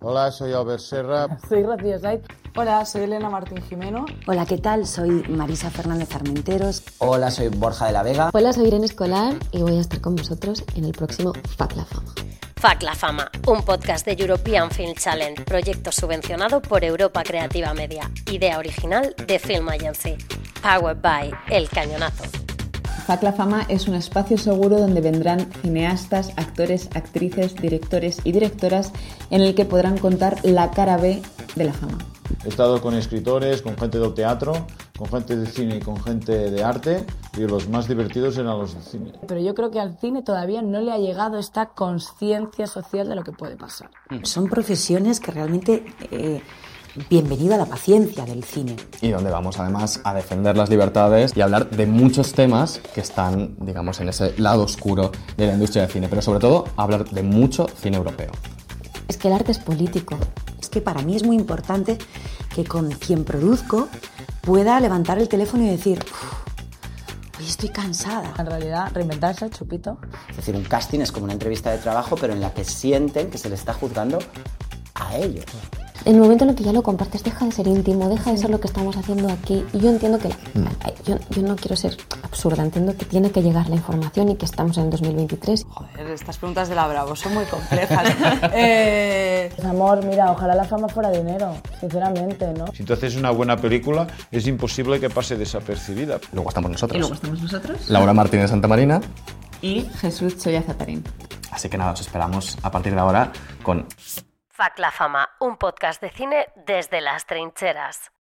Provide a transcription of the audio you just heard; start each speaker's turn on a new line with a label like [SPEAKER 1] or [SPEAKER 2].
[SPEAKER 1] Hola, soy Albert Serra.
[SPEAKER 2] Soy Rocío Said. Hola, soy Elena Martín Jimeno.
[SPEAKER 3] Hola, ¿qué tal? Soy Marisa Fernández Armenteros.
[SPEAKER 4] Hola, soy Borja de la Vega.
[SPEAKER 5] Hola, soy Irene Escolar y voy a estar con vosotros en el próximo Fac la Fama.
[SPEAKER 6] Fac la Fama, un podcast de European Film Challenge, proyecto subvencionado por Europa Creativa Media, idea original de Film Agency, powered by El Cañonazo.
[SPEAKER 7] Fac la Fama es un espacio seguro donde vendrán cineastas, actores, actrices, directores y directoras en el que podrán contar la cara B de la fama.
[SPEAKER 1] He estado con escritores, con gente del teatro, con gente de cine y con gente de arte y los más divertidos eran los de cine.
[SPEAKER 2] Pero yo creo que al cine todavía no le ha llegado esta conciencia social de lo que puede pasar.
[SPEAKER 3] Mm. Son profesiones que realmente... Eh, bienvenido a la paciencia del cine.
[SPEAKER 8] Y donde vamos además a defender las libertades y a hablar de muchos temas que están, digamos, en ese lado oscuro de la industria del cine, pero sobre todo a hablar de mucho cine europeo.
[SPEAKER 5] Es que el arte es político.
[SPEAKER 3] Es que para mí es muy importante que con quien produzco pueda levantar el teléfono y decir, hoy estoy cansada.
[SPEAKER 2] En realidad, reinventarse, chupito.
[SPEAKER 4] Es decir, un casting es como una entrevista de trabajo, pero en la que sienten que se le está juzgando a ellos.
[SPEAKER 5] En el momento en el que ya lo compartes, deja de ser íntimo, deja de ser lo que estamos haciendo aquí. Y yo entiendo que. La, yo, yo, no quiero ser absurda, entiendo que tiene que llegar la información y que estamos en el 2023.
[SPEAKER 9] Joder, estas preguntas de la Bravo son muy complejas.
[SPEAKER 2] eh... Amor, mira, ojalá la fama fuera dinero, sinceramente, ¿no?
[SPEAKER 1] Si tú haces una buena película, es imposible que pase desapercibida.
[SPEAKER 8] Luego estamos nosotros.
[SPEAKER 7] Y luego estamos nosotros.
[SPEAKER 8] Laura Martínez Santa Marina.
[SPEAKER 7] Y Jesús Choya Zatarín.
[SPEAKER 8] Así que nada, os esperamos a partir de ahora con
[SPEAKER 6] Fac la Fama, un podcast de cine desde las trincheras.